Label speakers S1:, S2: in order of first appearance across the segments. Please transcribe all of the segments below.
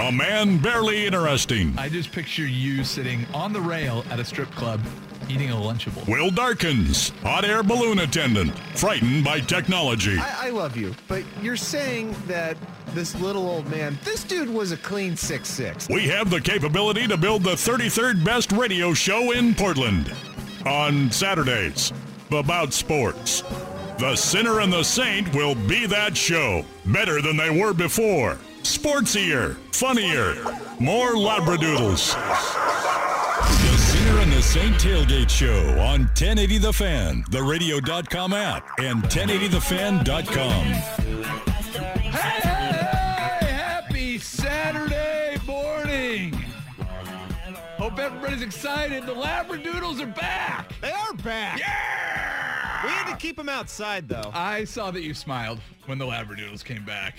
S1: A man barely interesting.
S2: I just picture you sitting on the rail at a strip club eating a Lunchable.
S1: Will Darkins, hot air balloon attendant, frightened by technology.
S3: I, I love you, but you're saying that this little old man, this dude was a clean six six.
S1: We have the capability to build the 33rd best radio show in Portland. On Saturdays, about sports. The Sinner and the Saint will be that show. Better than they were before. Sportsier, funnier, more labradoodles. The Sinner and the Saint Tailgate Show on 1080 The Fan, the radio.com app, and 1080thefan.com.
S2: Hey, hey, hey, happy Saturday morning. Hope everybody's excited. The Labradoodles are back.
S3: They are back. We had to keep him outside though.
S2: I saw that you smiled when the Labradoodles came back.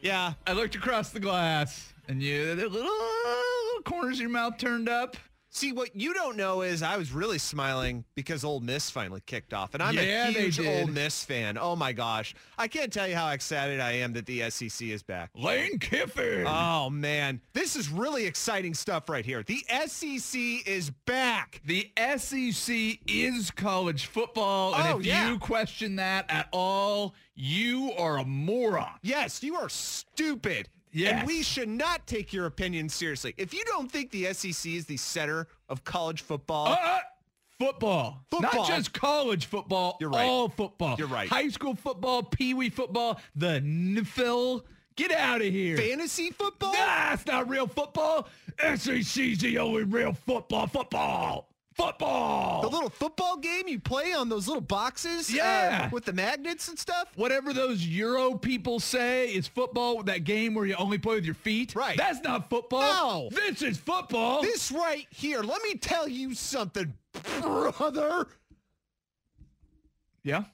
S3: yeah.
S2: I looked across the glass and you, the little, little corners of your mouth turned up.
S3: See, what you don't know is I was really smiling because Ole Miss finally kicked off, and I'm
S2: Yeah,
S3: a
S2: they
S3: huge
S2: did.
S3: Ole Miss fan. Oh my gosh, I can't tell you how excited I am that the SEC is back.
S2: Lane Kiffin.
S3: Oh man, this is really exciting stuff right here. The SEC is back.
S2: The SEC is college football, and
S3: Oh,
S2: if
S3: yeah.
S2: you question that at all, you are a moron.
S3: Yes, you are stupid.
S2: Yes.
S3: And we should not take your opinion seriously. If you don't think the SEC is the center of college football,
S2: Uh, football.
S3: Football.
S2: Not just college football.
S3: You're right.
S2: All football.
S3: You're right.
S2: High school football, pee wee football, the NFL. Get out of here.
S3: fantasy football?
S2: Nah, it's not real football. SEC's the only real football. Football. Football.
S3: The little football game you play on those little boxes? uh,
S2: Yeah.
S3: with the magnets and stuff?
S2: Whatever those Euro people say is football, that game where you only play with your feet.
S3: Right.
S2: That's not football.
S3: No.
S2: This is football.
S3: This right here, let me tell you something, brother.
S2: yeah.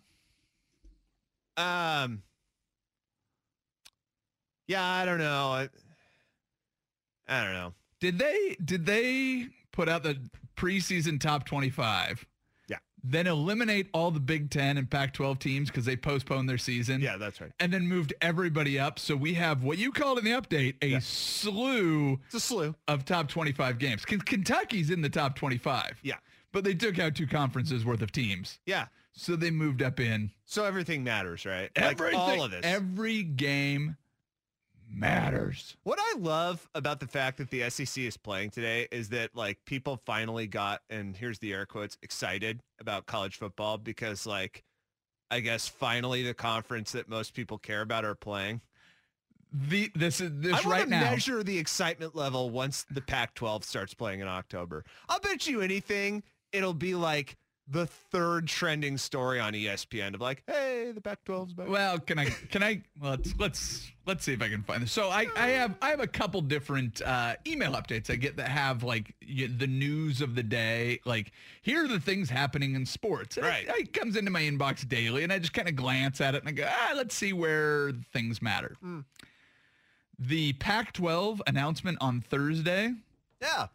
S3: Um, yeah, I don't know. I, I don't know.
S2: Did they did they put out the preseason top 25?
S3: Yeah.
S2: Then eliminate all the Big 10 and Pac-12 teams cuz they postponed their season.
S3: that's right.
S2: And then moved everybody up. So we have what you called in the update a slew
S3: It's a slew.
S2: of top 25 games. K- Kentucky's in the top 25.
S3: Yeah,
S2: But they took out two conferences worth of teams.
S3: yeah.
S2: So they moved up in
S3: So everything matters, right?
S2: everything.
S3: like all of this.
S2: Every game matters.
S3: What I love about the fact that the SEC is playing today is that like people finally got and here's the air quotes excited about college football because like I guess finally the conference that most people care about are playing.
S2: The this is
S3: I
S2: this
S3: wanna
S2: right now.
S3: measure the excitement level once the Pac-12 starts playing in October. I'll bet you anything it'll be like the third trending story on E ESPN of like, hey, the Pac-12's back.
S2: Well, can I can I let's let's let's see if I can find this. So I I have I have a couple different uh, email updates I get that have like y the news of the day. Like here are the things happening in sports. And
S3: Right.
S2: It, it comes into my inbox daily, and I just kind of glance at it and I go, ah, let's see where things matter.
S3: Hmm.
S2: The Pac-12 announcement on Thursday
S3: yeah.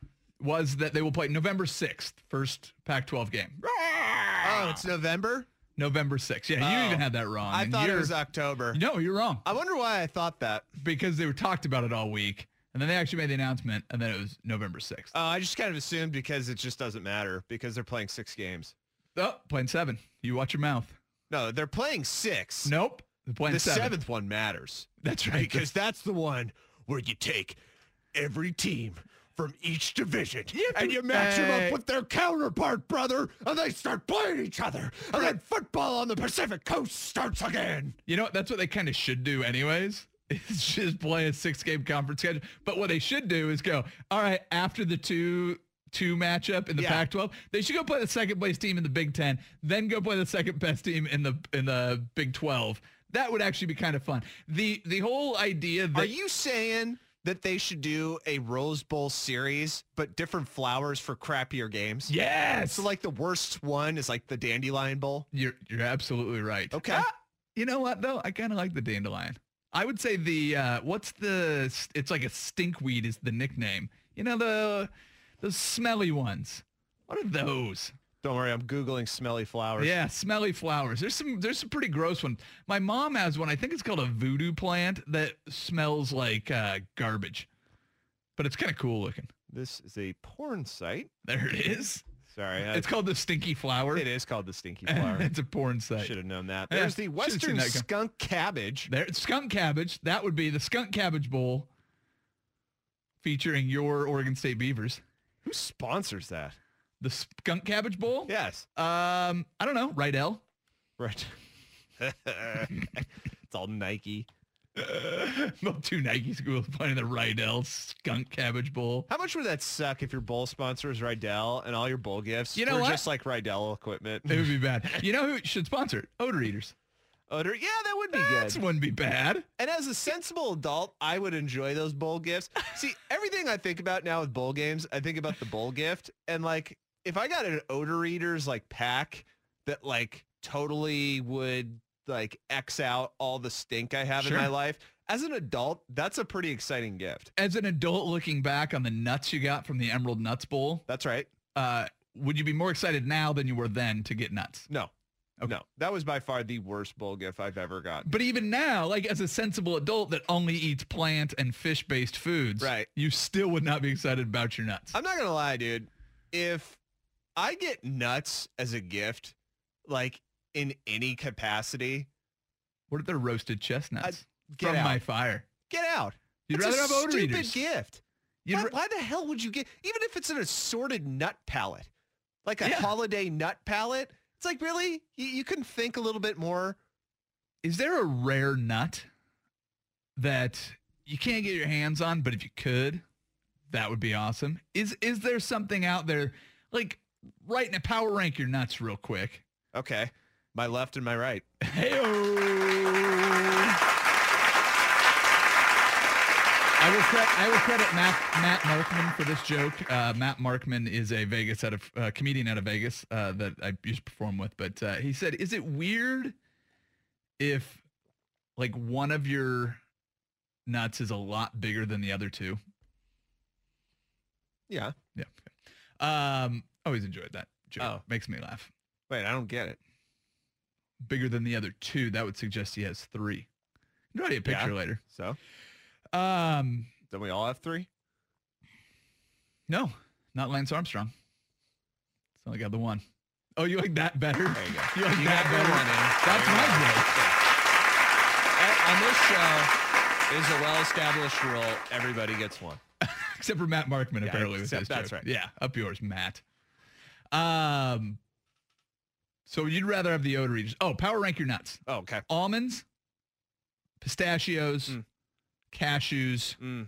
S2: was that they will play November 6th, first Pac-12 game.
S3: Oh, it's November.
S2: November 6th. Yeah, you
S3: Oh.
S2: even had that wrong.
S3: I
S2: and
S3: thought it
S2: you're-
S3: was October.
S2: No, you're wrong.
S3: I wonder why I thought that.
S2: because they were talked about it all week, and then they actually made the announcement, and then it was November sixth.
S3: Uh, I just kind of assumed because it just doesn't matter because they're playing six games.
S2: oh, playing seven. You watch your mouth.
S3: No, they're playing six.
S2: Nope. They're playing
S3: the
S2: seven.
S3: seventh one matters
S2: That's right.
S3: because that's the one where you take every team from each division and you match them
S2: Hey.
S3: up with their counterpart, brother, and they start playing each other. And then football on the Pacific Coast starts again.
S2: You know what? That's what they kind of should do, anyways. Is just play a six-game conference schedule. But what they should do is go. All right, after the two. Two matchup in the
S3: Yeah.
S2: Pac-12. They should go play the second place team in the Big Ten, then go play the second best team in the in the Big Twelve. That would actually be kind of fun. the The whole idea that
S3: Are you saying that they should do a Rose Bowl series, but different flowers for crappier games?
S2: yes,
S3: So like the worst one is like the Dandelion Bowl.
S2: You're you're absolutely right.
S3: Okay.
S2: Ah, you know what though? I kind of like the dandelion. I would say the uh, what's the? It's like a stinkweed is the nickname. You know the those smelly ones. What are those?
S3: Don't worry, I'm Googling smelly flowers.
S2: Yeah, smelly flowers. There's some there's some pretty gross ones. My mom has one. I think it's called a voodoo plant that smells like uh, garbage, but it's kind of cool looking.
S3: This is a porn site.
S2: There it is.
S3: Sorry. I-
S2: It's called the stinky flower.
S3: it is called the Stinky Flower.
S2: it's a porn site.
S3: Should have known that.
S2: Yeah,
S3: There's the
S2: should've
S3: Western
S2: seen that come-
S3: skunk cabbage.
S2: There, skunk cabbage. That would be the skunk cabbage bowl, featuring your Oregon State Beavers.
S3: Who sponsors that?
S2: The skunk cabbage bowl.
S3: Yes.
S2: Um, I don't know. Right, L.
S3: Right. it's all Nike.
S2: well, two Nike schools playing the Rydell Skunk Cabbage Bowl.
S3: How much would that suck if your bowl sponsor is Rydell and all your bowl gifts
S2: You know
S3: were
S2: what?
S3: just like Rydell equipment?
S2: It would be bad. You know who should sponsor it? Odor Eaters.
S3: Odor- yeah, that would be
S2: That
S3: good.
S2: wouldn't be bad.
S3: And as a sensible adult, I would enjoy those bowl gifts. See, everything I think about now with bowl games, I think about the bowl gift. And like, if I got an odor eaters like pack that like totally would like X out all the stink I have
S2: Sure.
S3: in my life, as an adult, that's a pretty exciting gift.
S2: As an adult looking back on the nuts you got from the Emerald Nuts Bowl,
S3: That's right.
S2: uh, would you be more excited now than you were then to get nuts?
S3: No,
S2: Okay.
S3: no, that was by far the worst bowl gift I've ever gotten.
S2: But even now, like as a sensible adult that only eats plant and fish based foods,
S3: Right.
S2: you still would not be excited about your nuts.
S3: I'm not gonna lie, dude. If I get nuts as a gift, like in any capacity,
S2: what if they're roasted chestnuts
S3: get
S2: from
S3: out.
S2: my fire?
S3: Get out.
S2: You'd
S3: That's
S2: rather
S3: a
S2: have odor
S3: stupid
S2: eaters.
S3: gift.
S2: You'd
S3: why,
S2: ra-
S3: why the hell would you get, even if it's an assorted nut palette, like a
S2: Yeah.
S3: holiday nut palette? It's like, really? You, you couldn't think a little bit more?
S2: Is there a rare nut that you can't get your hands on, but if you could, that would be awesome? Is is there something out there like right in a power rank your nuts real quick?
S3: Okay. My left and my right.
S2: Hey-o. I will, cre- I will credit Matt, Matt Markman for this joke. Uh, Matt Markman is a Vegas out of uh, comedian out of Vegas uh, that I used to perform with, but uh, he said, "Is it weird if like one of your nuts is a lot bigger than the other two?
S3: Yeah.
S2: Yeah. Um, always enjoyed that joke.
S3: Oh.
S2: Makes me laugh.
S3: Wait, I don't get it.
S2: Bigger than the other two, that would suggest he has three. I'll draw you a picture
S3: Yeah.
S2: later.
S3: So,
S2: Um,
S3: then we all have three?
S2: no, not Lance Armstrong. It's only got the one. Oh, you like that better?
S3: There you go.
S2: You like
S3: You
S2: that
S3: got your
S2: better?
S3: one in.
S2: That's
S3: There you
S2: my joke.
S3: go. On this show is a well-established rule. Everybody gets one.
S2: Except for Matt Markman,
S3: Yeah,
S2: apparently. With
S3: except-
S2: his
S3: that's
S2: joke.
S3: right.
S2: Yeah, up yours, Matt. Um, so you'd rather have the odor eaters. Oh, power rank your nuts.
S3: Oh, okay.
S2: Almonds, pistachios,
S3: Mm.
S2: cashews.
S3: Mm.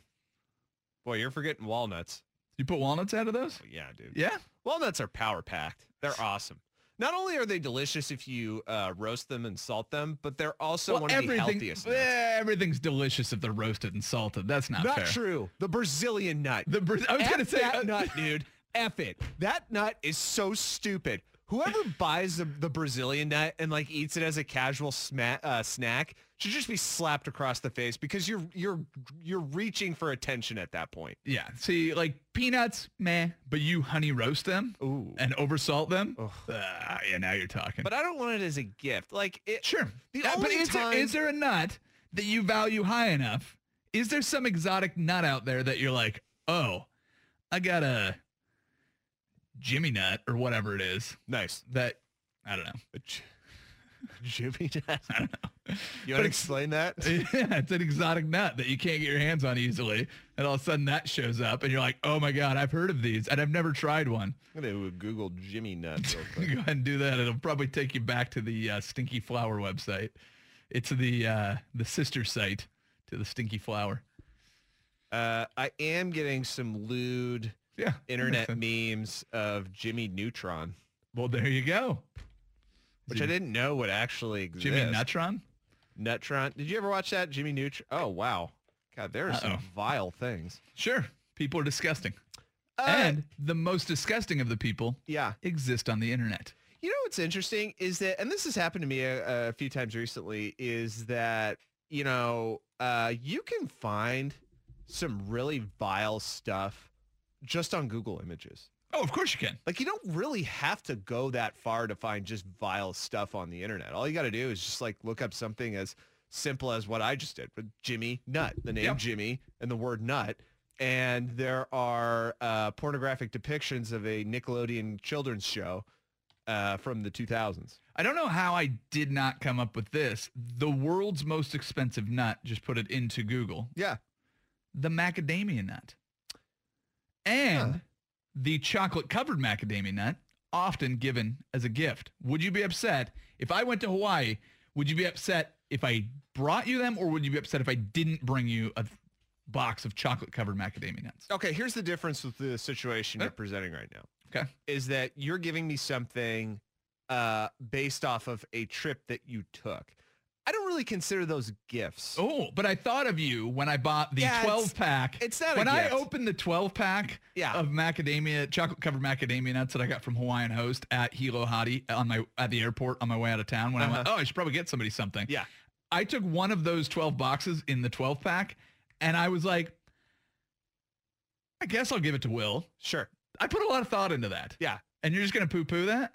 S3: Boy, you're forgetting walnuts.
S2: You put walnuts out of those?
S3: Yeah, dude.
S2: Yeah.
S3: Walnuts are power packed. They're awesome. Not only are they delicious if you uh, roast them and salt them, but they're also
S2: Well,
S3: one of the
S2: everything,
S3: healthiest. nuts.
S2: eh, everything's delicious if they're roasted and salted. That's not,
S3: Not
S2: fair.
S3: true. The Brazilian nut.
S2: The Bra- I was
S3: F
S2: gonna say
S3: that
S2: uh,
S3: nut, dude. F it. That nut is so stupid. Whoever buys the, the Brazilian nut and like eats it as a casual sma- uh, snack should just be slapped across the face because you're you're you're reaching for attention at that point.
S2: Yeah. See, like peanuts, meh, but you honey roast them
S3: Ooh.
S2: and oversalt them. Ah, yeah, now you're talking.
S3: But I don't want it as a gift. Like it.
S2: sure.
S3: The
S2: Uh, but
S3: only
S2: is,
S3: time-
S2: there, is there a nut that you value high enough? Is there some exotic nut out there that you're like, oh, I got a Jimmy nut or whatever it is
S3: Nice.
S2: that I don't know.
S3: Jimmy nut.
S2: I don't know. But
S3: You want to
S2: it's-
S3: explain that?
S2: yeah, it's an exotic nut that you can't get your hands on easily. And all of a sudden that shows up and you're like, oh my God, I've heard of these and I've never tried one.
S3: I'm gonna Google Jimmy nut real
S2: Go ahead and do that. It'll probably take you back to the uh, Stinky Flower website. It's the uh, the sister site to the Stinky Flower.
S3: Uh, I am getting some lewd
S2: Yeah.
S3: internet memes of Jimmy Neutron,
S2: Well, there you go.
S3: which
S2: Jim-
S3: I didn't know would actually exist.
S2: Jimmy Nutron.
S3: Nutron. Did you ever watch that? Jimmy Neutron. Oh, wow. God, there are some
S2: Uh-oh.
S3: vile things.
S2: Sure. People are disgusting.
S3: Uh,
S2: and the most disgusting of the people
S3: yeah.
S2: exist on the internet.
S3: You know what's interesting is that, and this has happened to me a, a few times recently, is that, you know, uh, you can find some really vile stuff just on Google Images.
S2: Oh, of course you can.
S3: Like you don't really have to go that far to find just vile stuff on the internet. All you got to do is just like look up something as simple as what I just did with Jimmy Nut, the name
S2: Yep.
S3: Jimmy and the word nut. And there are uh, pornographic depictions of a Nickelodeon children's show uh, from the 2000s.
S2: I don't know how I did not come up with this. The world's most expensive nut, just put it into Google,
S3: Yeah.
S2: the macadamia nut. And
S3: Huh.
S2: the chocolate covered macadamia nut, often given as a gift. Would you be upset if I went to Hawaii? Would you be upset if I brought you them or would you be upset if I didn't bring you a box of chocolate covered macadamia nuts?
S3: Okay. Here's the difference with the situation you're presenting right now.
S2: Okay.
S3: Is that you're giving me something uh, based off of a trip that you took. I don't really consider those gifts.
S2: Oh, but I thought of you when I bought the
S3: Yeah, it's-
S2: 12 pack.
S3: it's not a
S2: When I
S3: gift. Um,
S2: opened the 12 pack
S3: Yeah.
S2: of macadamia, chocolate covered macadamia nuts that I got from Hawaiian Host at Hilo Hottie on my at the airport on my way out of town when I went, oh, I should probably get somebody something.
S3: Uh-huh. Yeah.
S2: I took one of those 12 boxes in the 12 pack and I was like, I guess I'll give it to Will.
S3: Sure.
S2: I put a lot of thought into that.
S3: Yeah.
S2: And you're just going to poo poo that?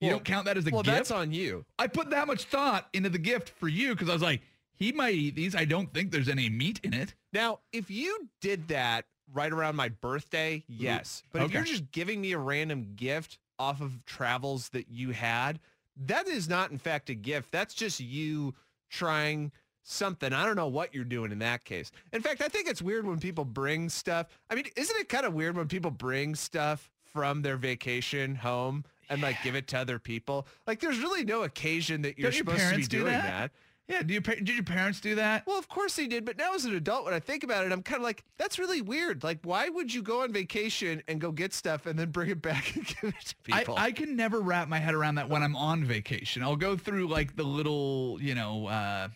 S2: You
S3: Well-
S2: don't count that as a
S3: well,
S2: gift?
S3: that's on you.
S2: I put that much thought into the gift for you because I was like, he might eat these. I don't think there's any meat in it.
S3: Now, if you did that right around my birthday, yes. But
S2: Mm,
S3: if
S2: Okay.
S3: you're just giving me a random gift off of travels that you had, that is not, in fact, a gift. That's just you trying something. I don't know what you're doing in that case. In fact, I think it's weird when people bring stuff. I mean, isn't it kind of weird when people bring stuff from their vacation home and like give it to other people? Like, there's really no occasion that you're
S2: Don't your
S3: supposed to be
S2: parents do
S3: doing
S2: that?
S3: that.
S2: Yeah. Do your par- did your parents do that?
S3: Well, of course they did, but now as an adult, when I think about it, I'm kind of like, that's really weird. Like, why would you go on vacation and go get stuff and then bring it back and give it to
S2: I,
S3: people?
S2: I can never wrap my head around that when I'm on vacation. I'll go through like the little, you know, uh,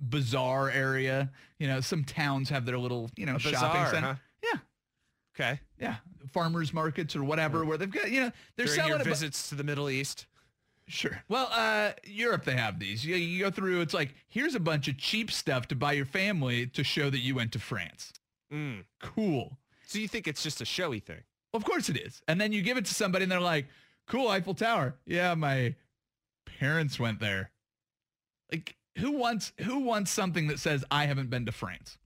S2: bazaar area. You know, some towns have their little, you know, shopping
S3: bazaar,
S2: center.
S3: huh?
S2: Yeah.
S3: okay. Hmm.
S2: Yeah. Farmers markets or whatever where they've got, you know, they're
S3: During
S2: selling
S3: your
S2: a bu-
S3: visits to the Middle East.
S2: Sure. Well, uh, Europe they have these. You, you go through. It's like here's a bunch of cheap stuff to buy your family to show that you went to France.
S3: Mm.
S2: Cool.
S3: So you think it's just a showy thing?
S2: Of course it is. And then you give it to somebody, and they're like, "Cool Eiffel Tower." Yeah, my parents went there. Like, who wants who wants something that says I haven't been to France?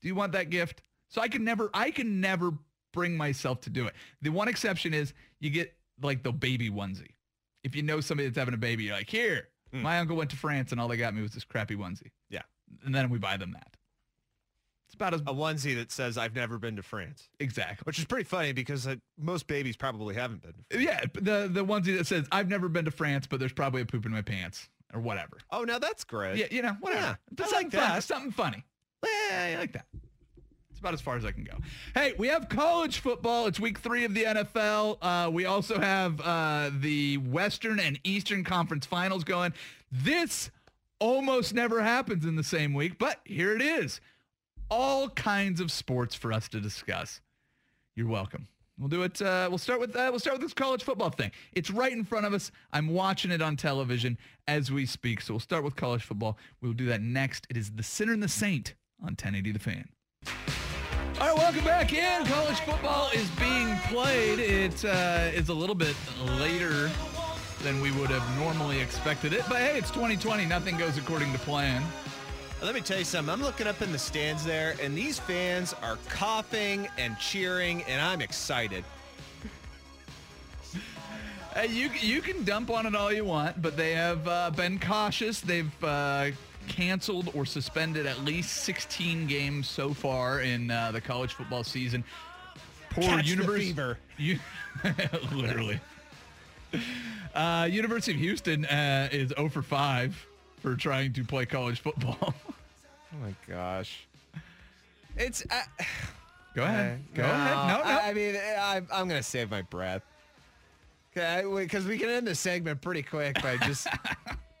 S2: Do you want that gift? So I can never I can never bring myself to do it. The one exception is you get like the baby onesie. If you know somebody that's having a baby, you're like, here,
S3: Mm.
S2: my uncle went to France and all they got me was this crappy onesie.
S3: Yeah. Oh.
S2: And then we buy them that. It's about as
S3: A onesie that says, I've never been to France,
S2: exactly.
S3: which is pretty funny because uh, most babies probably haven't been to France.
S2: Yeah, the the onesie that says "I've never been to France, but there's probably a poop in my pants" or whatever.
S3: Oh, now that's great.
S2: Yeah, you know, whatever.
S3: Yeah, I
S2: But
S3: like
S2: something funny,
S3: that.
S2: Something funny. Yeah, I like that. It's about as far as I can go. Hey, we have college football. It's week three of the NFL. Uh, we also have uh, the Western and Eastern Conference finals going. This almost never happens in the same week, but here it is. All kinds of sports for us to discuss. You're welcome. We'll do it. Uh, we'll start with uh, we'll start with this college football thing. It's right in front of us. I'm watching it on television as we speak. So we'll start with college football. We'll do that next. It is the sinner and the saint on 1080 The Fan. All right, welcome back in. College football is being played. It uh, is a little bit later than we would have normally expected it, but hey, it's 2020. Nothing goes according to plan.
S3: Let me tell you something. I'm looking up in the stands there, and these fans are coughing and cheering, and I'm excited.
S2: Hey, you you can dump on it all you want, but they have uh, been cautious. They've uh, canceled or suspended at least 16 games so far in uh, the college football season. Poor
S3: Catch the
S2: univers-
S3: fever.
S2: U- literally. Uh, University of Houston uh, is 0 for 5 for trying to play college football.
S3: Oh my gosh. It's uh, I
S2: Go ahead. Go
S3: no,
S2: ahead. No, no.
S3: I, I mean, I, I'm gonna save my breath. Because we can end the segment pretty quick by just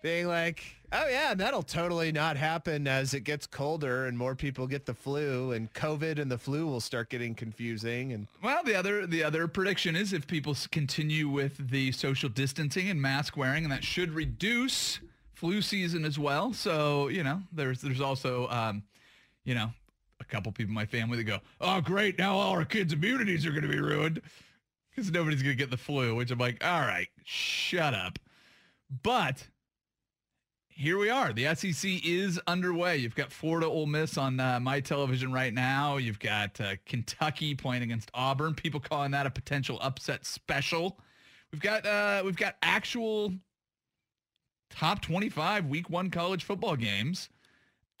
S3: being like, "Oh yeah, and that'll totally not happen as it gets colder and more people get the flu, and COVID and the flu will start getting confusing." And
S2: Well, the other the other prediction is if people s- continue with the social distancing and mask wearing, and that should reduce flu season as well. So you know, there's there's also um, you know, a couple people in my family that go, oh great, now all our kids' immunities are going to be ruined because nobody's going to get the flu. Which I'm like, all right, shut up. But here we are. The SEC is underway. You've got Florida Ole Miss on uh, my television right now. You've got uh, Kentucky playing against Auburn. People calling that a potential upset special. We've got uh, we've got actual top 25 week 1 college football games.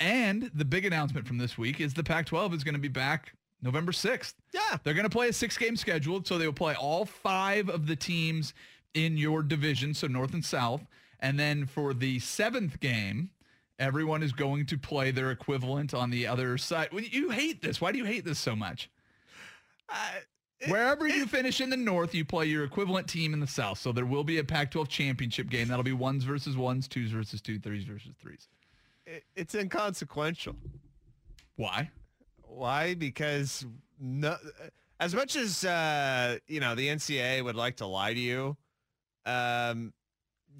S2: And the big announcement from this week is the Pac-12 is going to be back November 6th.
S3: yeah,
S2: They're going to play a six game schedule. So they will play all five of the teams in your division, so North and South. And then for the seventh game, everyone is going to play their equivalent on the other side. Well, You hate this. Why do you hate this so much?
S3: I,
S2: Wherever you finish in the North, you play your equivalent team in the South. So there will be a Pac 12 championship game. That'll be ones versus ones, twos versus two, threes versus threes.
S3: it, it's inconsequential.
S2: Why?
S3: Why? Because no, as much as uh, you know, the NCAA would like to lie to you. Um,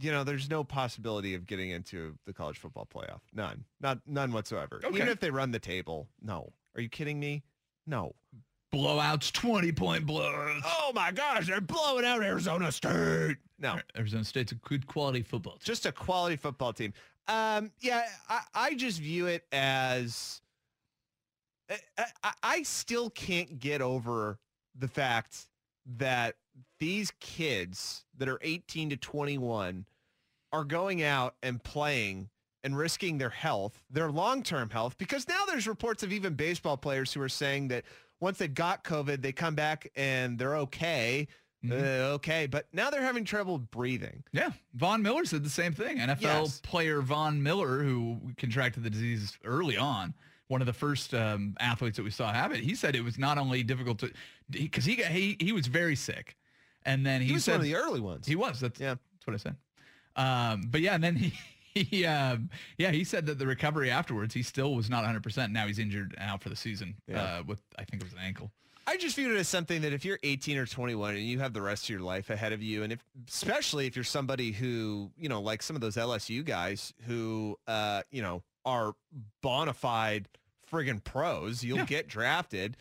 S3: you know, there's no possibility of getting into the college football playoff. None, not none whatsoever. Even
S2: Okay.
S3: if they run the table, no. Are you kidding me? No.
S2: Blowouts, 20 point blowouts.
S3: Oh my gosh, they're blowing out Arizona State. No,
S2: Oh, Arizona State's a good quality football team.
S3: just a quality football team. Um, yeah, I, I just view it as I, I, I still can't get over the fact that these kids that are 18 to 21 are going out and playing and risking their health, their long-term health, because now there's reports of even baseball players who are saying that once they've got COVID, they come back and they're okay.
S2: Mhm.
S3: Uh, okay, but now they're having trouble breathing.
S2: Yeah, Von Miller said the same thing. NFL
S3: Yes.
S2: player Von Miller, who contracted the disease early on, one of the first um, athletes that we saw have it. He said it was not only difficult to, because he got he he was very sick, and then he,
S3: He, was
S2: said
S3: one of the early ones.
S2: he was. That's
S3: Yeah.
S2: that's what I said. Um, but yeah, and then he. He, um, yeah, he said that the recovery afterwards, he still was not 100%. Now he's injured and out for the season
S3: Yeah.
S2: uh, with, I think it was an ankle.
S3: I just viewed it as something that if you're 18 or 21 and you have the rest of your life ahead of you, and if especially if you're somebody who, you know, like some of those LSU guys who, uh, you know, are bona fide friggin' pros, you'll
S2: Yeah.
S3: get drafted.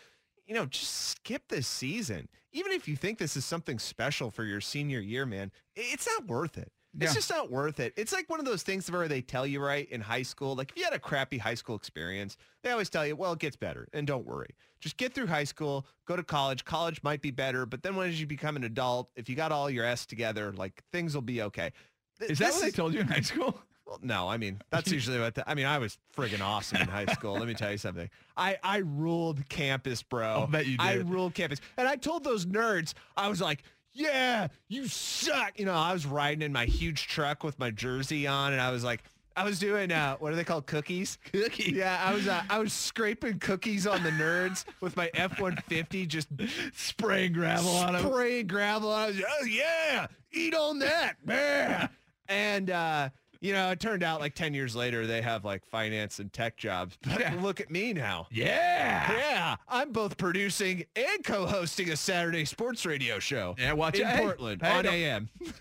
S3: You know, just skip this season. Even if you think this is something special for your senior year, man, i- it's not worth it.
S2: Yeah.
S3: It's just not worth it. It's like one of those things where they tell you right in high school, like if you had a crappy high school experience, they always tell you, well, it gets better and don't worry. Just get through high school, go to college. College might be better, but then once you become an adult, if you got all your S together, like things will be okay. Th-
S2: Is that
S3: this
S2: what they told you in high school?
S3: well, no, I mean that's usually what. The, I mean, I was friggin' awesome in high school. Let me tell you something. I I ruled campus, bro.
S2: I'll bet you
S3: I
S2: did.
S3: ruled campus, and I told those nerds, I was like, "Yeah, you suck." You know, I was riding in my huge truck with my jersey on, and I was like, I was doing uh, what are they called? Cookies.
S2: Cookies.
S3: Yeah, I was uh, I was scraping cookies on the nerds with my F one fifty, just
S2: Spraying gravel on him.
S3: spraying gravel. I was oh yeah, eat on that, man. and uh, you know, it turned out like ten years later, they have like finance and tech jobs. But
S2: Yeah.
S3: look at me now.
S2: Yeah.
S3: Yeah, I'm both producing and co-hosting a Saturday sports radio show.
S2: Yeah, watch
S3: in
S2: it. Hey,
S3: Portland
S2: hey,
S3: on
S2: don't-
S3: AM.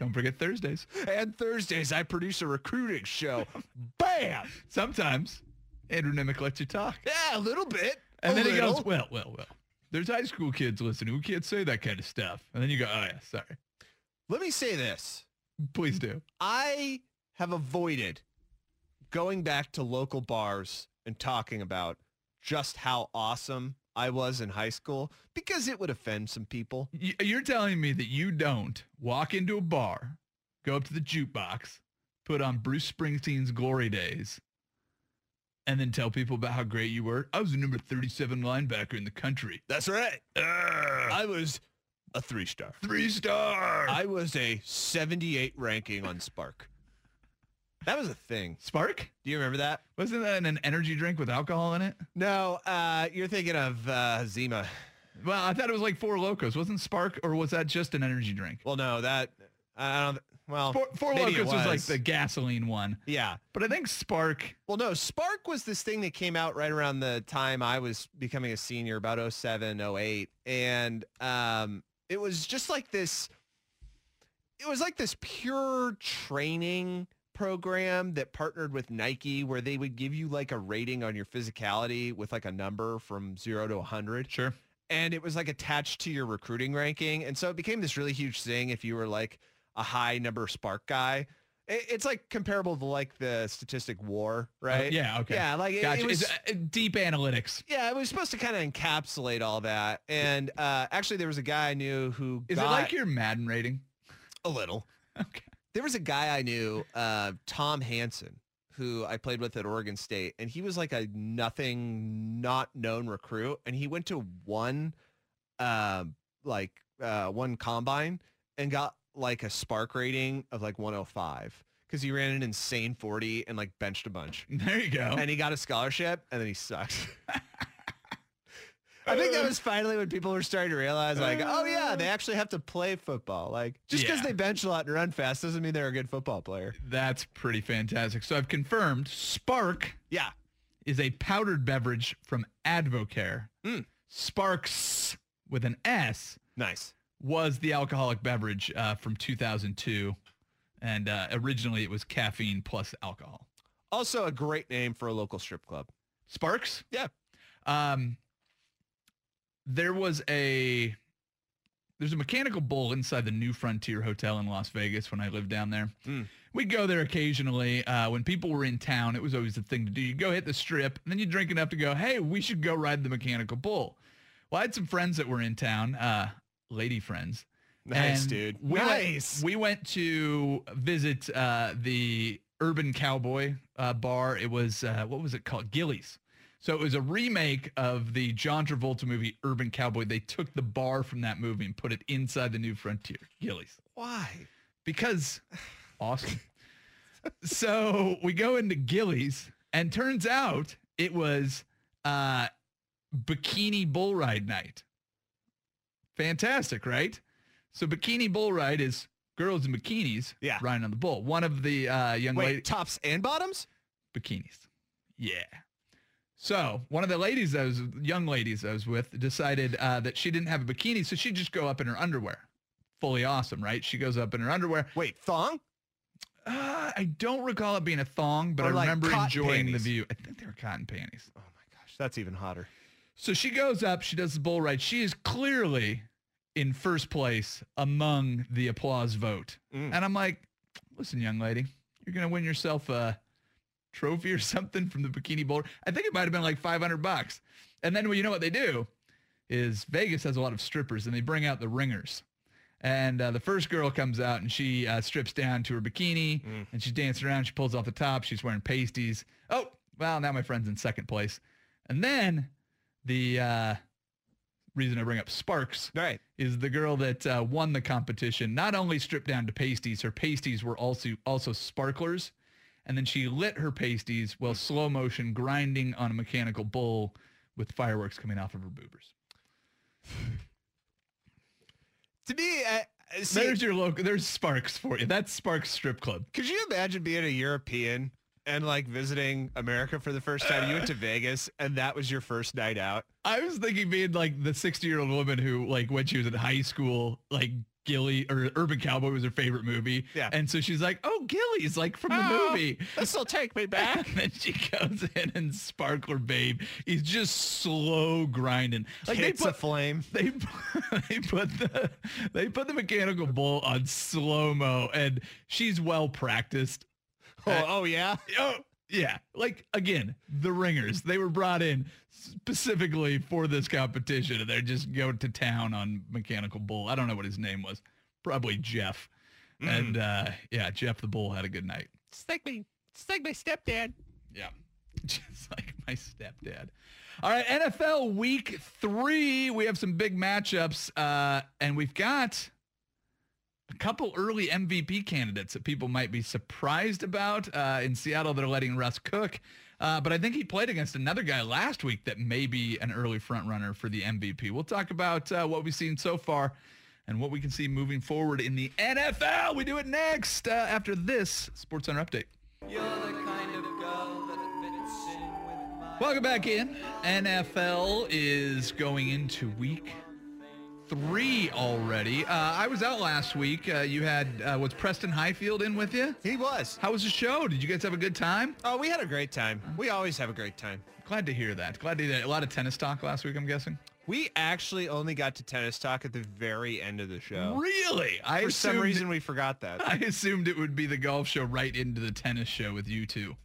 S2: Don't forget Thursdays.
S3: And Thursdays, I produce a recruiting show. Bam!
S2: Sometimes Andrew Nemec lets you talk.
S3: Yeah, a little bit.
S2: And
S3: a
S2: then he
S3: little.
S2: goes, well, well, well. There's high school kids listening who can't say that kind of stuff. And then you go, oh, yeah, sorry.
S3: Let me say this.
S2: Please do.
S3: I have avoided going back to local bars and talking about just how awesome I was in high school because it would offend some people.
S2: Y- You're telling me that you don't walk into a bar, go up to the jukebox, put on Bruce Springsteen's Glory Days, and then tell people about how great you were? I was the number 37 linebacker in the country. uh,
S3: That's right. I was a three star.
S2: Three star.
S3: I was a 78 ranking on Spark. That was a thing.
S2: Spark?
S3: Do you remember that?
S2: Wasn't that an energy drink with alcohol in it?
S3: No, uh, you're thinking of uh, Zima.
S2: Well, I thought it was like Four Locos. Wasn't Spark, or was that just an energy drink?
S3: Well, no, that I don't. Well,
S2: Four, Four
S3: maybe
S2: Locos
S3: it
S2: was. like the gasoline one,
S3: yeah.
S2: but I think Spark. uh,
S3: Well, no, Spark was this thing that came out right around the time I was becoming a senior, about 07, 08. And um, it was just like this, it was like this pure training program that partnered with Nike where they would give you like a rating on your physicality with like a number from zero to 100
S2: Sure.
S3: and it was like attached to your recruiting ranking. And so it became this really huge thing if you were like a high number spark guy. It- It's like comparable to like the statistic war, right?
S2: Oh, yeah, okay.
S3: Yeah, like it-
S2: Gotcha.
S3: it, was
S2: It's, uh, deep analytics.
S3: yeah, it was supposed to kind of encapsulate all that. And uh actually there was a guy I knew who
S2: Is
S3: got
S2: it like your Madden rating?
S3: a little.
S2: Okay.
S3: There was a guy I knew, uh Tom Hansen, who I played with at Oregon State, and he was like a nothing not known recruit and he went to one um, like uh, one combine and got like a spark rating of like 105 because he ran an insane 40 and like benched a bunch.
S2: There you go.
S3: And he got a scholarship and then he sucks. I think that was finally when people were starting to realize like, oh yeah, they actually have to play football. Like just because
S2: Uh. Yeah.
S3: they bench a lot and run fast doesn't mean they're a good football player.
S2: That's pretty fantastic. So I've confirmed Spark
S3: Yeah.
S2: is a powdered beverage from Advocare.
S3: Mm.
S2: Sparks with an S
S3: Nice.
S2: was the alcoholic beverage uh, from 2002. And uh, originally it was caffeine plus alcohol.
S3: Also a great name for a local strip club.
S2: Sparks?
S3: Yeah.
S2: Um, there was a there's a mechanical bull inside the New Frontier Hotel in Las Vegas when I lived down there.
S3: Mm.
S2: We'd go there occasionally uh, when people were in town. It was always the thing to do. You go hit the strip, and then you drink enough to go, hey, we should go ride the mechanical bull. Well, I had some friends that were in town, uh, lady friends.
S3: Nice,
S2: and
S3: dude.
S2: We
S3: nice.
S2: Went, we went to visit uh, the Urban Cowboy uh, bar. It was uh, what was it called? Gillies. So it was a remake of the John Travolta movie Urban Cowboy. They took the bar from that movie and put it inside the New Frontier Gillies
S3: Why?
S2: because awesome. so we go into Gillies, and turns out it was uh, Bikini Bull Ride night. Fantastic, right? So Bikini Bull Ride is girls in bikinis
S3: Yeah.
S2: riding on the bull. One of the uh, young
S3: Wait,
S2: lady
S3: tops and bottoms?
S2: bikinis. Yeah. So one of the ladies, those young ladies I was with, decided uh, that she didn't have a bikini, so she'd just go up in her underwear. Fully awesome, right? She goes up in her underwear.
S3: Wait, thong?
S2: Uh, I don't recall it being a thong, but
S3: Or
S2: I
S3: like
S2: remember
S3: cotton
S2: enjoying the
S3: panties.
S2: view. I think they were cotton panties.
S3: Oh my gosh, that's even hotter.
S2: So she goes up, she does the bull ride. She is clearly in first place among the applause vote.
S3: Mm.
S2: And I'm like, listen, young lady, you're going to win yourself a trophy or something from the bikini bowl. I think it might have been like 500 bucks. And then, well, you know what they do is Vegas has a lot of strippers and they bring out the ringers. And uh, the first girl comes out and she uh, strips down to her bikini and she's dancing around. She pulls off the top. She's wearing pasties. Oh, well, now my friend's in second place. And then the uh, reason I bring up Sparks
S3: All right.
S2: is the girl that uh, won the competition not only stripped down to pasties, her pasties were also also sparklers, and then she lit her pasties while slow motion grinding on a mechanical bull with fireworks coming off of her boobers.
S3: To me, I, I- see,
S2: There's your local. There's Sparks for you. That's Sparks Strip Club.
S3: could you imagine being a European and like visiting America for the first time? You went to Vegas and that was your first night out.
S2: I was thinking being like the 60 year old woman who like when she was in high school, like Gilly or Urban Cowboy was her favorite movie.
S3: Yeah.
S2: And so she's like, oh, Gilly's like from the
S3: Oh.
S2: movie.
S3: This will take me
S2: And
S3: back.
S2: then she goes in and Sparkler Babe is just slow grinding. Like
S3: Hits
S2: they
S3: a
S2: put
S3: flame.
S2: they put- they put the they put the mechanical bull on slow mo, and she's well practiced.
S3: Oh, oh yeah.
S2: Oh yeah, like again, the ringers they were brought in specifically for this competition, and they're just go to town on mechanical bull. I don't know what his name was, probably Jeff. And uh, yeah, Jeff the bull had a good night.
S3: It's like me. It's like my stepdad.
S2: Yeah. Just like my stepdad. All right, NFL week three. We have some big matchups, uh, and we've got a couple early MVP candidates that people might be surprised about. Uh, in Seattle, they're letting Russ cook, uh, but I think he played against another guy last week that may be an early front runner for the MVP. We'll talk about uh, what we've seen so far and what we can see moving forward in the NFL. We do it next uh, after this Sports Center update. Welcome back in. NFL is going into week three already. Uh, I was out last week. Uh, you had, uh, was Preston Highfield in with you?
S3: He was.
S2: How was the show? Did you guys have a good time?
S3: Oh, we had a great time. We always have a great time.
S2: Glad to hear that. Glad to hear that. A lot of tennis talk last week, I'm guessing.
S3: We actually only got to tennis talk at the very end of the
S2: Oh.
S3: show.
S2: Really? I
S3: For some
S2: assumed-
S3: reason, we forgot that.
S2: I assumed it would be the golf show right into the tennis show with you two.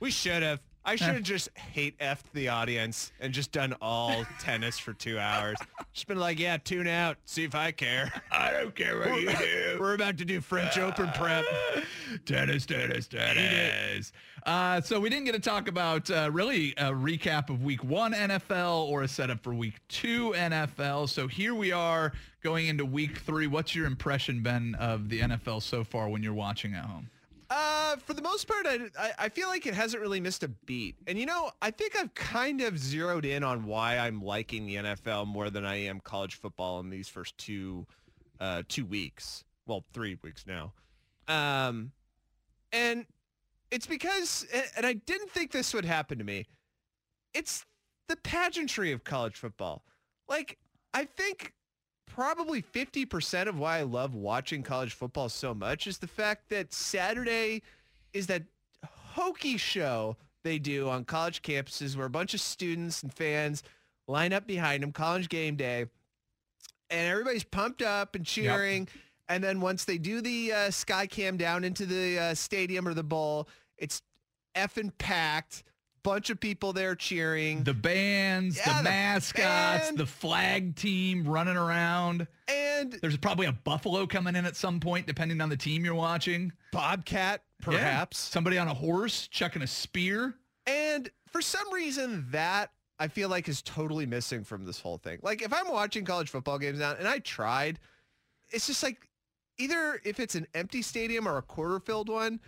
S3: We should have. I should have just hate effed the audience and just done all tennis for two hours. Just been like, yeah, tune out. See if I care.
S2: I don't care what you do.
S3: We're about to do French Open prep.
S2: tennis, tennis, tennis. Uh, so we didn't get to talk about uh, really a recap of week one NFL or a setup for week two NFL. So here we are going into week three. What's your impression, Ben, of the NFL so far when you're watching at home?
S3: Uh, for the most part, I, I, I feel like it hasn't really missed a beat. And, you know, I think I've kind of zeroed in on why I'm liking the NFL more than I am college football in these first two, uh, two weeks. Well, three weeks now. Um, and it's because, a- and I didn't think this would happen to me. It's the pageantry of college football. Like, I think probably 50% of why I love watching college football so much is the fact that Saturday is that hokey show they do on college campuses where a bunch of students and fans line up behind them, college game day, and everybody's pumped up and cheering. And then once they do the uh, sky cam down into the uh, stadium or the bowl, it's effing packed, bunch of people there cheering.
S2: The bands,
S3: Yeah,
S2: the
S3: the
S2: mascots,
S3: band.
S2: the flag team running around.
S3: and
S2: There's probably a buffalo coming in at some point, depending on the team you're watching.
S3: Bobcat,
S2: Yeah.
S3: perhaps.
S2: Somebody on a horse chucking a spear.
S3: And for some reason, that I feel like is totally missing from this whole thing. Like, if I'm watching college football games now, and I tried, it's just like either if it's an empty stadium or a quarter filled one,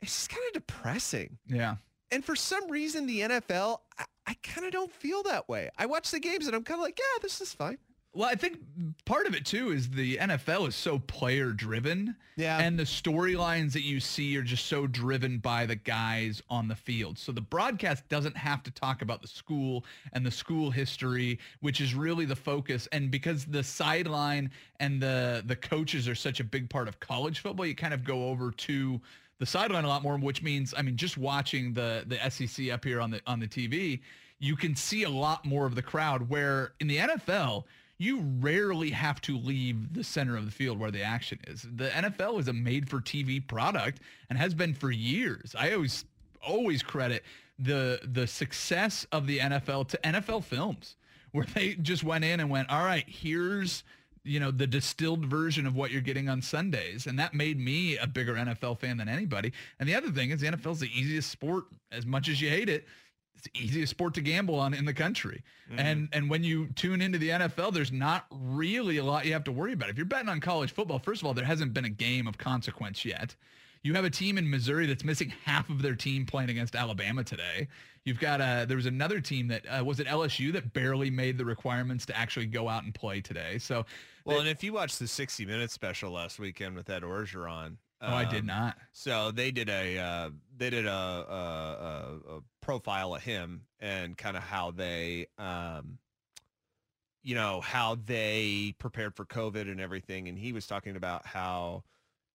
S3: it's just kind of depressing.
S2: Yeah.
S3: And for some reason, the NFL, I, I kind of don't feel that way. I watch the games and I'm kind of like, yeah, this is fine.
S2: Well, I think part of it too is the NFL is so player driven.
S3: Yeah.
S2: And the storylines that you see are just so driven by the guys on the field. So the broadcast doesn't have to talk about the school and the school history, which is really the focus. And because the sideline and the the coaches are such a big part of college football, you kind of go over to the sideline a lot more, which means I mean, just watching the the SEC up here on the on the TV, you can see a lot more of the crowd. Where in the NFL, you rarely have to leave the center of the field where the action is. The NFL is a made-for-TV product and has been for years. I always always credit the the success of the NFL to NFL films where they just went in and went, all right, here's you know the distilled version of what you're getting on Sundays, and that made me a bigger NFL fan than anybody. And the other thing is, the NFL is the easiest sport, as much as you hate it. It's the easiest sport to gamble on in the country,
S3: Mm-hmm.
S2: and and when you tune into the NFL, there's not really a lot you have to worry about. If you're betting on college football, first of all, there hasn't been a game of consequence yet. You have a team in Missouri that's missing half of their team playing against Alabama today. You've got uh, there was another team that uh, was it LSU that barely made the requirements to actually go out and play today. So,
S3: Well, and if you watched the 60 Minutes special last weekend with Ed Orgeron,
S2: oh, I did
S3: um,
S2: not.
S3: So they did a uh, they did a, a, a, a profile of him and kind of how they, um, you know, how they prepared for COVID and everything. And he was talking about how,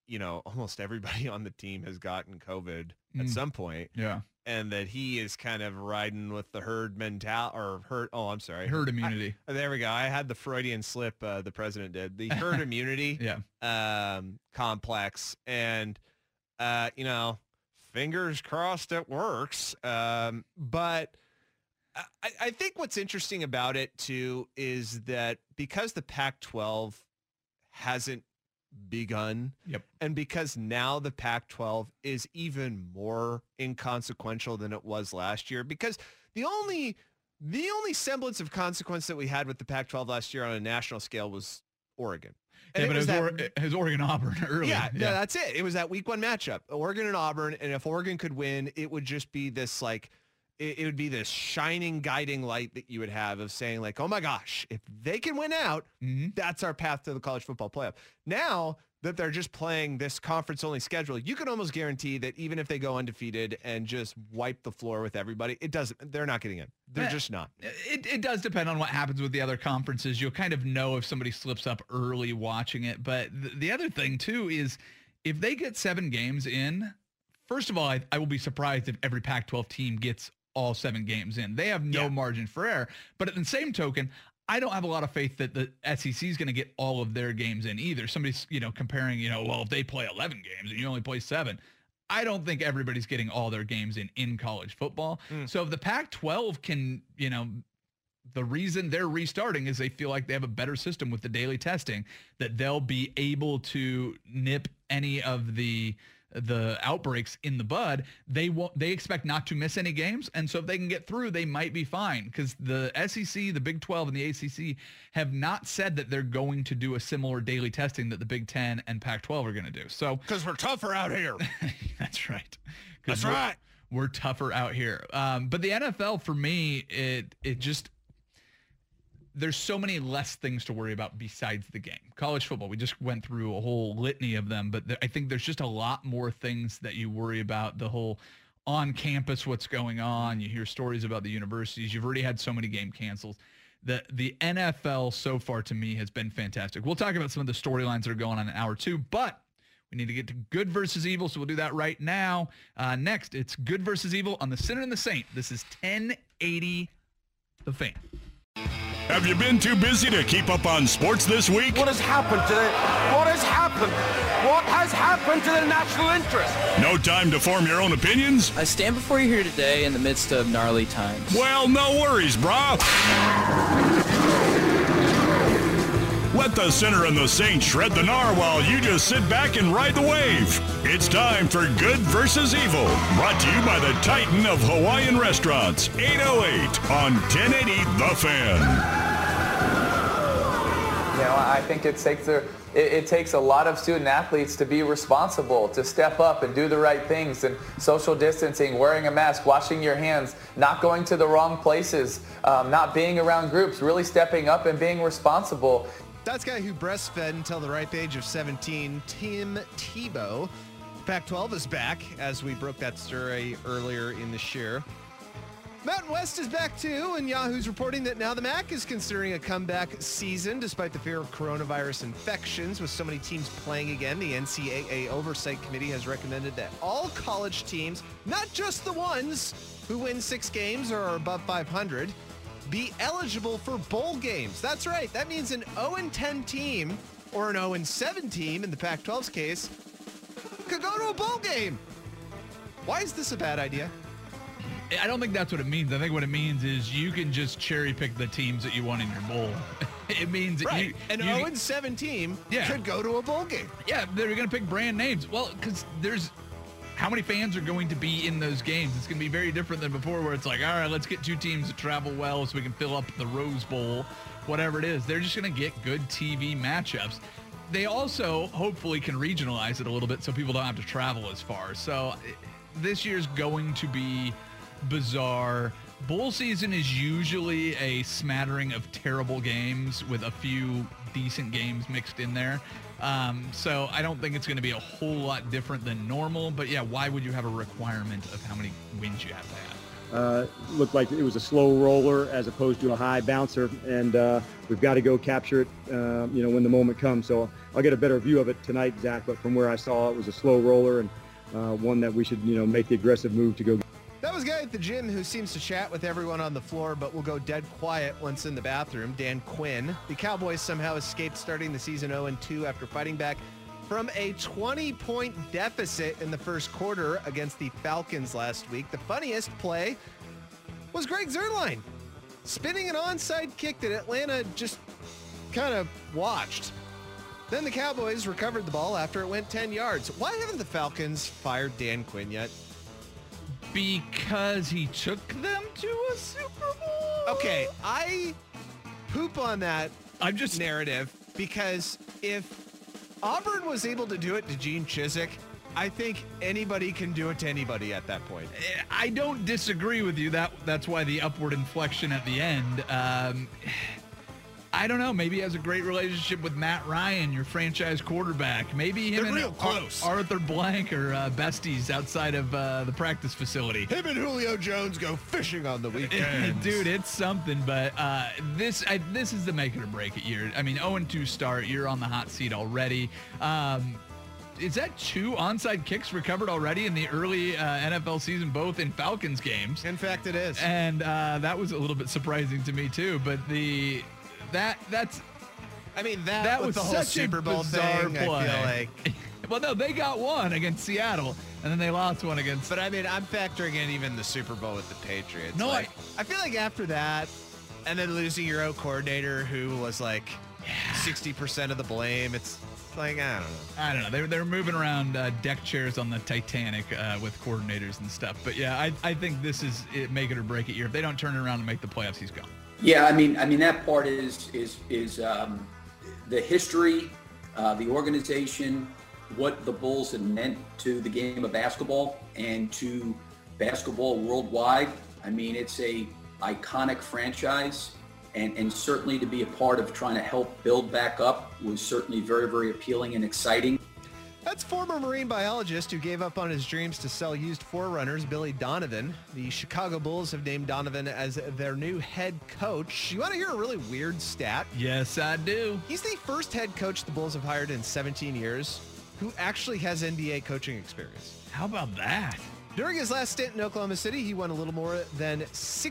S3: you know, almost everybody on the team has gotten COVID at
S2: Mm.
S3: some point,
S2: Yeah,
S3: and that he is kind of riding with the herd mental or herd. Oh, I'm sorry,
S2: herd immunity.
S3: Oh, There we go. I had the Freudian slip. Uh, the president did the herd immunity
S2: yeah,
S3: um, complex, and uh, you know, fingers crossed it works. Um, but I, I- I think what's interesting about it too is that because the Pac-12 hasn't begun,
S2: Yep.
S3: and because now the Pac-12 is even more inconsequential than it was last year, because the only the only semblance of consequence that we had with the Pac-12 last year on a national scale was Oregon. And
S2: yeah, but it was,
S3: that-
S2: or, it was Oregon Auburn earlier.
S3: yeah, no, that's it. It was that week one matchup, Oregon and Auburn. And if Oregon could win, it would just be this like, it, it would be this shining guiding light that you would have of saying like, oh my gosh, if they can win out,
S2: Mhm.
S3: that's our path to the college football playoff. Now that they're just playing this conference only schedule, you can almost guarantee that even if they go undefeated and just wipe the floor with everybody, it doesn't, they're not getting in. They're
S2: Yeah.
S3: just not.
S2: It, it does depend on what happens with the other conferences. You'll kind of know if somebody slips up early watching it. But th- the other thing, too, is if they get seven games in, first of all, I, I will be surprised if every Pac 12 team gets all seven games in. They have no
S3: Yeah.
S2: margin for error. But at the same token, I don't have a lot of faith that the SEC is going to get all of their games in either. Somebody's, you know, comparing, you know, well, if they play 11 games and you only play seven, I don't think everybody's getting all their games in in college football.
S3: Mm.
S2: So if the Pac-12 can, you know, the reason they're restarting is they feel like they have a better system with the daily testing that they'll be able to nip any of the the outbreaks in the bud. They won't. They expect not to miss any games, and so if they can get through, they might be fine because the SEC, the Big 12, and the ACC have not said that they're going to do a similar daily testing that the Big 10 and Pac-12 are going to do. So
S3: Cause we're tougher out here.
S2: that's right. 'Cause
S3: That's
S2: we're-
S3: right.
S2: We're tougher out here. Um, but the NFL for me, it it just there's so many less things to worry about besides the game. College football, we just went through a whole litany of them, but there, I think there's just a lot more things that you worry about. The whole on campus, what's going on? You hear stories about the universities. You've already had so many game cancels. The the NFL so far to me has been fantastic. We'll talk about some of the storylines that are going on in hour two, but we need to get to good versus evil, so we'll do that right now. Uh, next, it's good versus evil on the sinner and the saint. This is 1080 the fan.
S1: Have you been too busy to keep up on sports this week?
S4: What has happened to the what has happened? What has happened to the national interest?
S1: No time to form your own opinions?
S5: I stand before you here today in the midst of gnarly times.
S1: Well, no worries, brah. Let the sinner and the saint shred the gnar while you just sit back and ride the wave. It's time for Good versus Evil, brought to you by the Titan of Hawaiian Restaurants, 808 on 1080 The Fan.
S5: You know, I think it takes a, it, it takes a lot of student athletes to be responsible, to step up and do the right things, and social distancing, wearing a mask, washing your hands, not going to the wrong places, um, not being around groups, really stepping up and being responsible.
S3: That's a guy who breastfed until the ripe age of 17, Tim Tebow. Pac-12 is back, as we broke that story earlier in the year. Mountain West is back too, and Yahoo's reporting that now the MAC is considering a comeback season despite the fear of coronavirus infections. With so many teams playing again, the NCAA Oversight Committee has recommended that all college teams, not just the ones who win six games or are above 500, be eligible for bowl games. That's right. That means an 0-10 team or an 0-7 team in the Pac-12's case could go to a bowl game. Why is this a bad idea?
S2: I don't think that's what it means. I think what it means is you can just cherry pick the teams that you want in your bowl. It means that
S3: Right.
S2: you,
S3: An
S2: you-
S3: 0 and 7 team
S2: Yeah.
S3: could go to a bowl game.
S2: yeah, they're going to pick brand names. Well, because there's how many fans are going to be in those games? It's going to be very different than before, where it's like, all right, let's get two teams that travel well so we can fill up the Rose Bowl, whatever it is. They're just going to get good TV matchups. they also hopefully can regionalize it a little bit so people don't have to travel as far. So eh, this year's going to be bizarre. Bowl season is usually a smattering of terrible games with a few decent games mixed in there. Um, so I don't think it's going to be a whole lot different than normal. But yeah, why would you have a requirement of how many wins you have to have?
S6: Uh, looked like it was a slow roller as opposed to a high bouncer, and uh, we've got to go capture it, uh, you know, when the moment comes. So I'll get a better view of it tonight, Zach. But from where I saw, it was a slow roller and uh, one that we should, you know, make the aggressive move to go.
S3: That was a guy at the gym who seems to chat with everyone on the floor, but will go dead quiet once in the bathroom, Dan Quinn. The Cowboys somehow escaped starting the season 0-2 after fighting back from a 20-point deficit in the first quarter against the Falcons last week. The funniest play was Greg Zerline spinning an onside kick that Atlanta just kind of watched. Then the Cowboys recovered the ball after it went 10 yards. Why haven't the Falcons fired Dan Quinn yet?
S2: Because he took them to a Super Bowl.
S3: Okay, I poop on that
S2: I'm just
S3: narrative because if Auburn was able to do it to Gene Chiswick, I think anybody can do it to anybody at that point.
S2: I don't disagree with you. That that's why the upward inflection at the end. Um, I don't know. Maybe he has a great relationship with Matt Ryan, your franchise quarterback. Maybe
S7: They're
S2: him and
S7: real
S2: Ar-
S7: close.
S2: Arthur Blank are uh, besties outside of uh, the practice facility.
S3: Him and Julio Jones go fishing on the weekend.
S2: Dude, it's something, but uh, this I, this is the make it or break it year. I mean, 0 2 start. You're on the hot seat already. Um, is that two onside kicks recovered already in the early uh, NFL season, both in Falcons games?
S3: In fact, it is.
S2: and uh, that was a little bit surprising to me too. But the that that's
S3: I mean, that,
S2: that
S3: with
S2: was
S3: the whole
S2: such
S3: Super Bowl
S2: a bizarre
S3: thing,
S2: play.
S3: I feel like.
S2: well, no, they got one against Seattle, and then they lost one against.
S3: But I mean, I'm factoring in even the Super Bowl with the Patriots.
S2: No, I-
S3: Like, I, feel like after that, and then losing your own coordinator who was like 60% of the blame, it's like, I don't know.
S2: I don't know. They were, they were moving around uh, deck chairs on the Titanic uh, with coordinators and stuff. But yeah, I, I think this is it, make it or break it year. If they don't turn it around and make the playoffs, he's gone.
S8: Yeah, I mean, I mean that part is is is um, the history, uh, the organization, what the Bulls have meant to the game of basketball and to basketball worldwide. I mean, it's a iconic franchise, and and certainly to be a part of trying to help build back up was certainly very very appealing and exciting.
S3: That's former marine biologist who gave up on his dreams to sell used forerunners, Billy Donovan. The Chicago Bulls have named Donovan as their new head coach. You want to hear a really weird stat?
S2: Yes, I do.
S3: He's the first head coach the Bulls have hired in 17 years who actually has NBA coaching experience.
S2: How about that?
S3: During his last stint in Oklahoma City, he won a little more than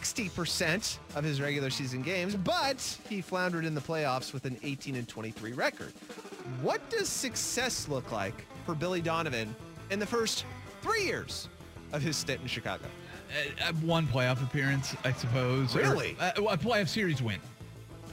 S3: 60% of his regular season games, but he floundered in the playoffs with an 18 and 23 record. What does success look like for Billy Donovan in the first three years of his stint in Chicago?
S2: Uh, uh, one playoff appearance, I suppose. or-
S3: Really?
S2: uh, well, a playoff series win.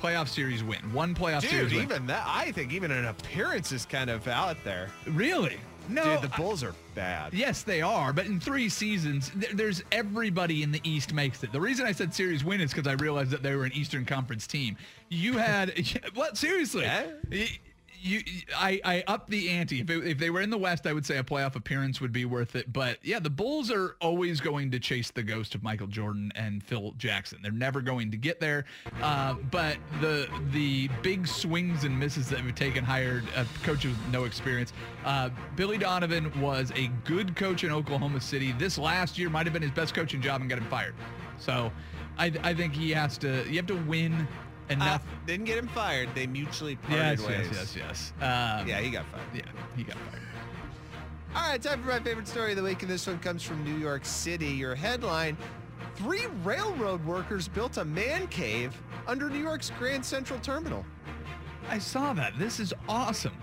S2: Playoff series win. One playoff series win.
S3: that, I think even an appearance is kind of out there.
S2: Really? No.
S3: Dude, the
S2: I-
S3: Bulls are bad.
S2: yes, they are. But in three seasons, th- there's everybody in the East makes it. The reason I said series win is because I realized that they were an Eastern Conference team. You had what? Seriously?
S3: Yeah.
S2: Y- You, I, I up the ante. If, it, if they were in the West, I would say a playoff appearance would be worth it. But yeah, the Bulls are always going to chase the ghost of Michael Jordan and Phil Jackson. They're never going to get there. Uh, but the the big swings and misses that have taken hired uh, coaches with no experience. Uh, Billy Donovan was a good coach in Oklahoma City. This last year might have been his best coaching job and got him fired. So I, I think he has to. You have to win
S3: Uh,
S2: enough.
S3: didn't get him fired. They mutually parted
S2: Uh, Yes,
S3: ways.
S2: yes, yes, yes, Um,
S3: Yeah, he got fired.
S2: yeah, he got fired.
S3: All right, time for my favorite story of the week, and this one comes from New York City. Your headline Three railroad workers built a man cave under New York's Grand Central Terminal.
S2: I saw that. This is awesome.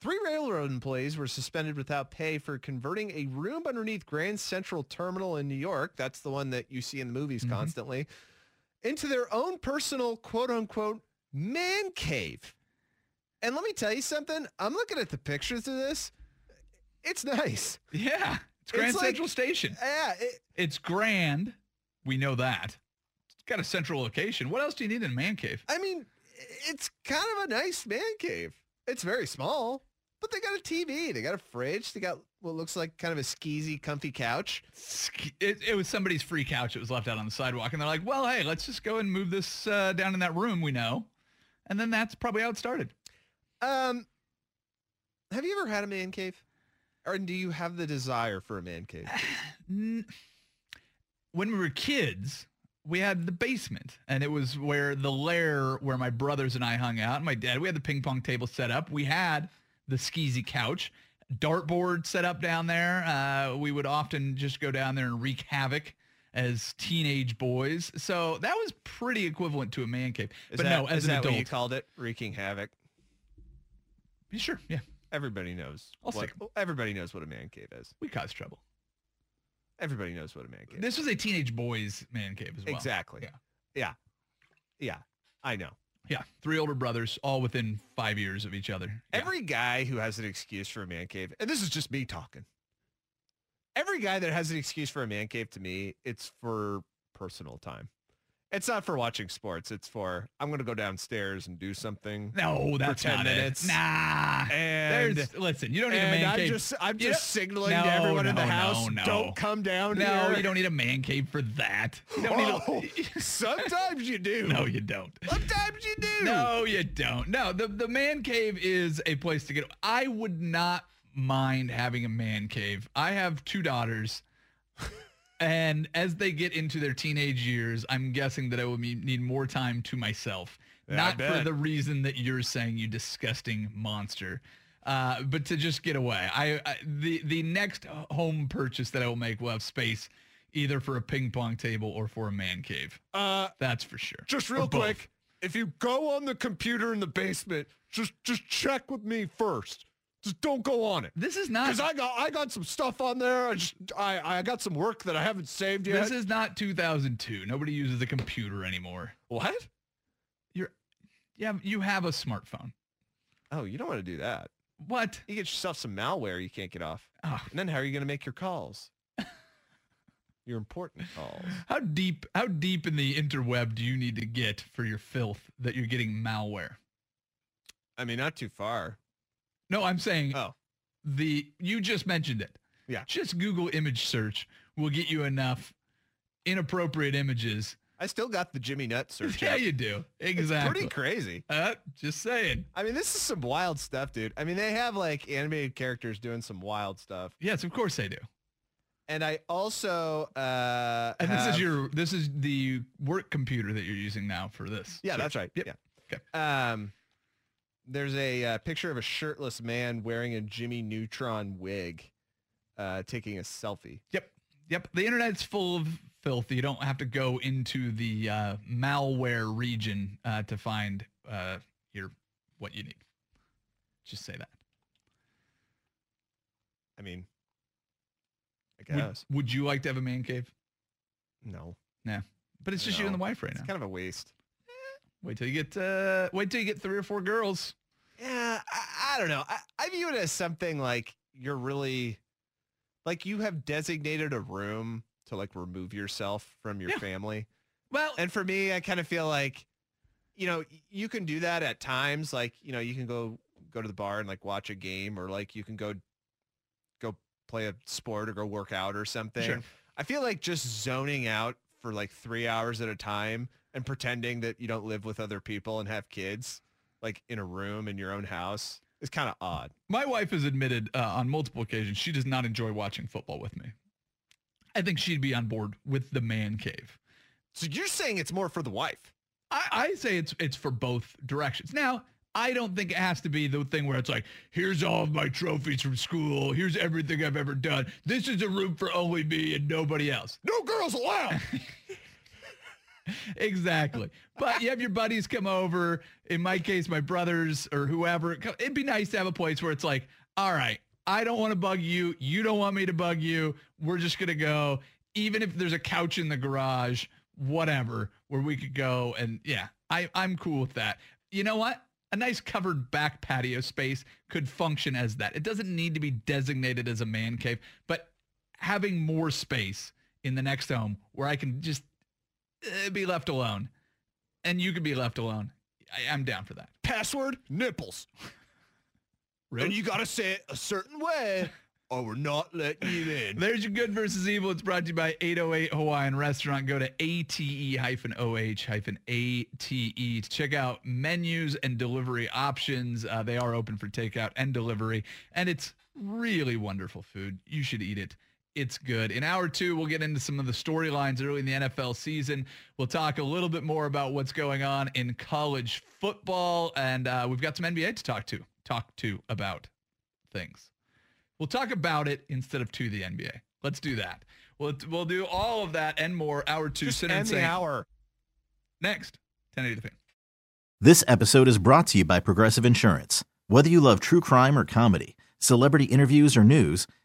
S3: Three railroad employees were suspended without pay for converting a room underneath Grand Central Terminal in New York. That's the one that you see in the movies constantly into their own personal quote unquote man cave. And let me tell you something. I'm looking at the pictures of this. It's nice.
S2: Yeah, it's Grand
S3: It's like-
S2: Central Station.
S3: Yeah, it,
S2: It's grand. We know that. It's got a central location. What else do you need in a man cave?
S3: I mean, it's kind of a nice man cave. It's very small, but they got a TV. They got a fridge. They got what looks like kind of a skeezy, comfy couch.
S2: It, it was somebody's free couch that was left out on the sidewalk, and they're like, "Well, hey, let's just go and move this uh, down in that room we know," and then that's probably how it started.
S3: Um, have you ever had a man cave? Or do you have the desire for a man cave?
S2: N- When we were kids, we had the basement, and it was where the lair where my brothers and I hung out. and My dad, we had the ping pong table set up. We had the skeezy couch, dartboard set up down there. Uh, we would often just go down there and wreak havoc as teenage boys. So that was pretty equivalent to a man cave.
S3: Is
S2: but
S3: that-
S2: no, as
S3: is
S2: an
S3: that
S2: adult,
S3: what you called it? Wreaking havoc.
S2: sure, yeah,
S3: Everybody knows.
S2: I'll
S3: what,
S2: stick
S3: everybody knows what a man cave is.
S2: we caused trouble.
S3: Everybody knows what a man cave. is.
S2: This was a teenage boys man cave as well.
S3: Exactly.
S2: Yeah.
S3: Yeah. Yeah. I know.
S2: Yeah, three older brothers, all within five years of each other. Yeah.
S3: Every guy who has an excuse for a man cave, and this is just me talking. Every guy that has an excuse for a man cave to me, it's for personal time. It's not for watching sports. It's for I'm going to go downstairs and do something.
S2: no, that's
S3: 10
S2: not
S3: minutes.
S2: it. Nah,
S3: And-
S2: There's, listen, you don't need a
S3: And
S2: man
S3: I'm
S2: cave.
S3: just I'm
S2: You
S3: just
S2: don't-
S3: signaling
S2: No,
S3: to everyone in the
S2: no, no,
S3: house,
S2: no.
S3: don't come down
S2: no,
S3: here.
S2: you don't need a man cave for that. You don't
S3: Oh,
S2: need a,
S3: sometimes you do.
S2: no, you don't.
S3: Sometimes you do.
S2: No, you don't. No, the, the man cave is a place to get. I would not mind having a man cave. I have two daughters. and as they get into their teenage years, I'm guessing that I will be- need more time to myself.
S3: Yeah, I
S2: not for
S3: bet.
S2: the reason that you're saying, you disgusting monster. Uh, but to just get away, I, I the the next home purchase that I will make will have space, either for a ping pong table or for a man cave.
S3: Uh,
S2: That's for sure.
S3: just
S2: Or
S3: real
S2: both.
S3: quick, if you go on the computer in the basement, just just check with me first. Just don't go on it.
S2: This is not
S3: Because I got I got some stuff on there. I just I, I got some work that I haven't saved yet.
S2: This is not 2002. Nobody uses a computer anymore.
S3: what?
S2: Yeah, you have a smartphone.
S3: Oh, you don't want to do that.
S2: What?
S3: You get yourself some malware you can't get off.
S2: Oh,
S3: And then how are you gonna make your calls? your important calls.
S2: how deep? How deep in the interweb do you need to get for your filth that you're getting malware?
S3: I mean, not too far.
S2: No, I'm saying
S3: Oh.
S2: the you just mentioned it.
S3: Yeah.
S2: Just Google image search will get you enough inappropriate images.
S3: I still got the Jimmy Nut search.
S2: yeah,
S3: up.
S2: you do.
S3: It's
S2: Exactly.
S3: pretty crazy.
S2: uh, just saying.
S3: I mean, this is some wild stuff, dude. I mean, they have like animated characters doing some wild stuff.
S2: Yes, of course they do.
S3: And I also uh
S2: And this
S3: have-
S2: is your this is the work computer that you're using now for this.
S3: Yeah,
S2: search.
S3: that's right.
S2: Yep.
S3: Yeah. Um there's a uh, picture of a shirtless man wearing a Jimmy Neutron wig uh taking a selfie.
S2: Yep. Yep. The internet's full of filth. You don't have to go into the uh, malware region uh, to find uh, your what you need. Just say that.
S3: I mean, I
S2: Would-
S3: guess.
S2: Would, you like to have a man cave?
S3: no.
S2: But it's just you and the
S3: No.
S2: wife right
S3: It's
S2: now.
S3: kind of a waste.
S2: wait till you get uh, wait till you get three or four girls.
S3: Yeah, I, I don't know. I, I view it as something like you're really like you have designated a room to like remove yourself from your
S2: Yeah.
S3: family.
S2: Well,
S3: And for me, I kind of feel like, you know, y- you can do that at times. Like, you know, you can go go to the bar and like watch a game, or like you can go go play a sport or go work out or something.
S2: Sure.
S3: I feel like just zoning out for like three hours at a time and pretending that you don't live with other people and have kids, like in a room in your own house, is kind of odd.
S2: my wife has admitted uh, on multiple occasions she does not enjoy watching football with me. I think she'd be on board with the man cave.
S3: So you're saying it's more for the wife?
S2: I, I say it's it's for both directions. Now, I don't think it has to be the thing where it's like, here's all of my trophies from school, here's everything I've ever done. This is a room for only me and nobody else.
S3: No girls allowed.
S2: Exactly. but you have your buddies come over. In my case, my brothers or whoever. Co- It'd be nice to have a place where it's like, all right, I don't want to bug you. You don't want me to bug you. We're just gonna go, even if there's a couch in the garage, whatever, where we could go. And yeah, I I'm cool with that. You know what? A nice covered back patio space could function as that. It doesn't need to be designated as a man cave, but having more space in the next home where I can just uh, be left alone, and you could be left alone. I, I'm down for that.
S3: Password nipples. And you got to say it a certain way or we're not letting you in.
S2: There's your good versus evil. It's brought to you by 808 Hawaiian Restaurant. Go to E ate-oh-ate E to check out menus and delivery options. Uh, they are open for takeout and delivery, and it's really wonderful food. You should eat it. It's good. In hour two, we'll get into some of the storylines early in the NFL season. We'll talk a little bit more about what's going on in college football, and uh, we've got some NBA to talk to, talk to about things. We'll talk about it instead of to the NBA. Let's do that. We'll, we'll do all of that and more. Hour two,
S3: Just
S2: Sinner and
S3: end the
S2: Saint.
S3: hour.
S2: Next, 1080 the fan.
S9: This episode is brought to you by Progressive Insurance. Whether you love true crime or comedy, celebrity interviews or news,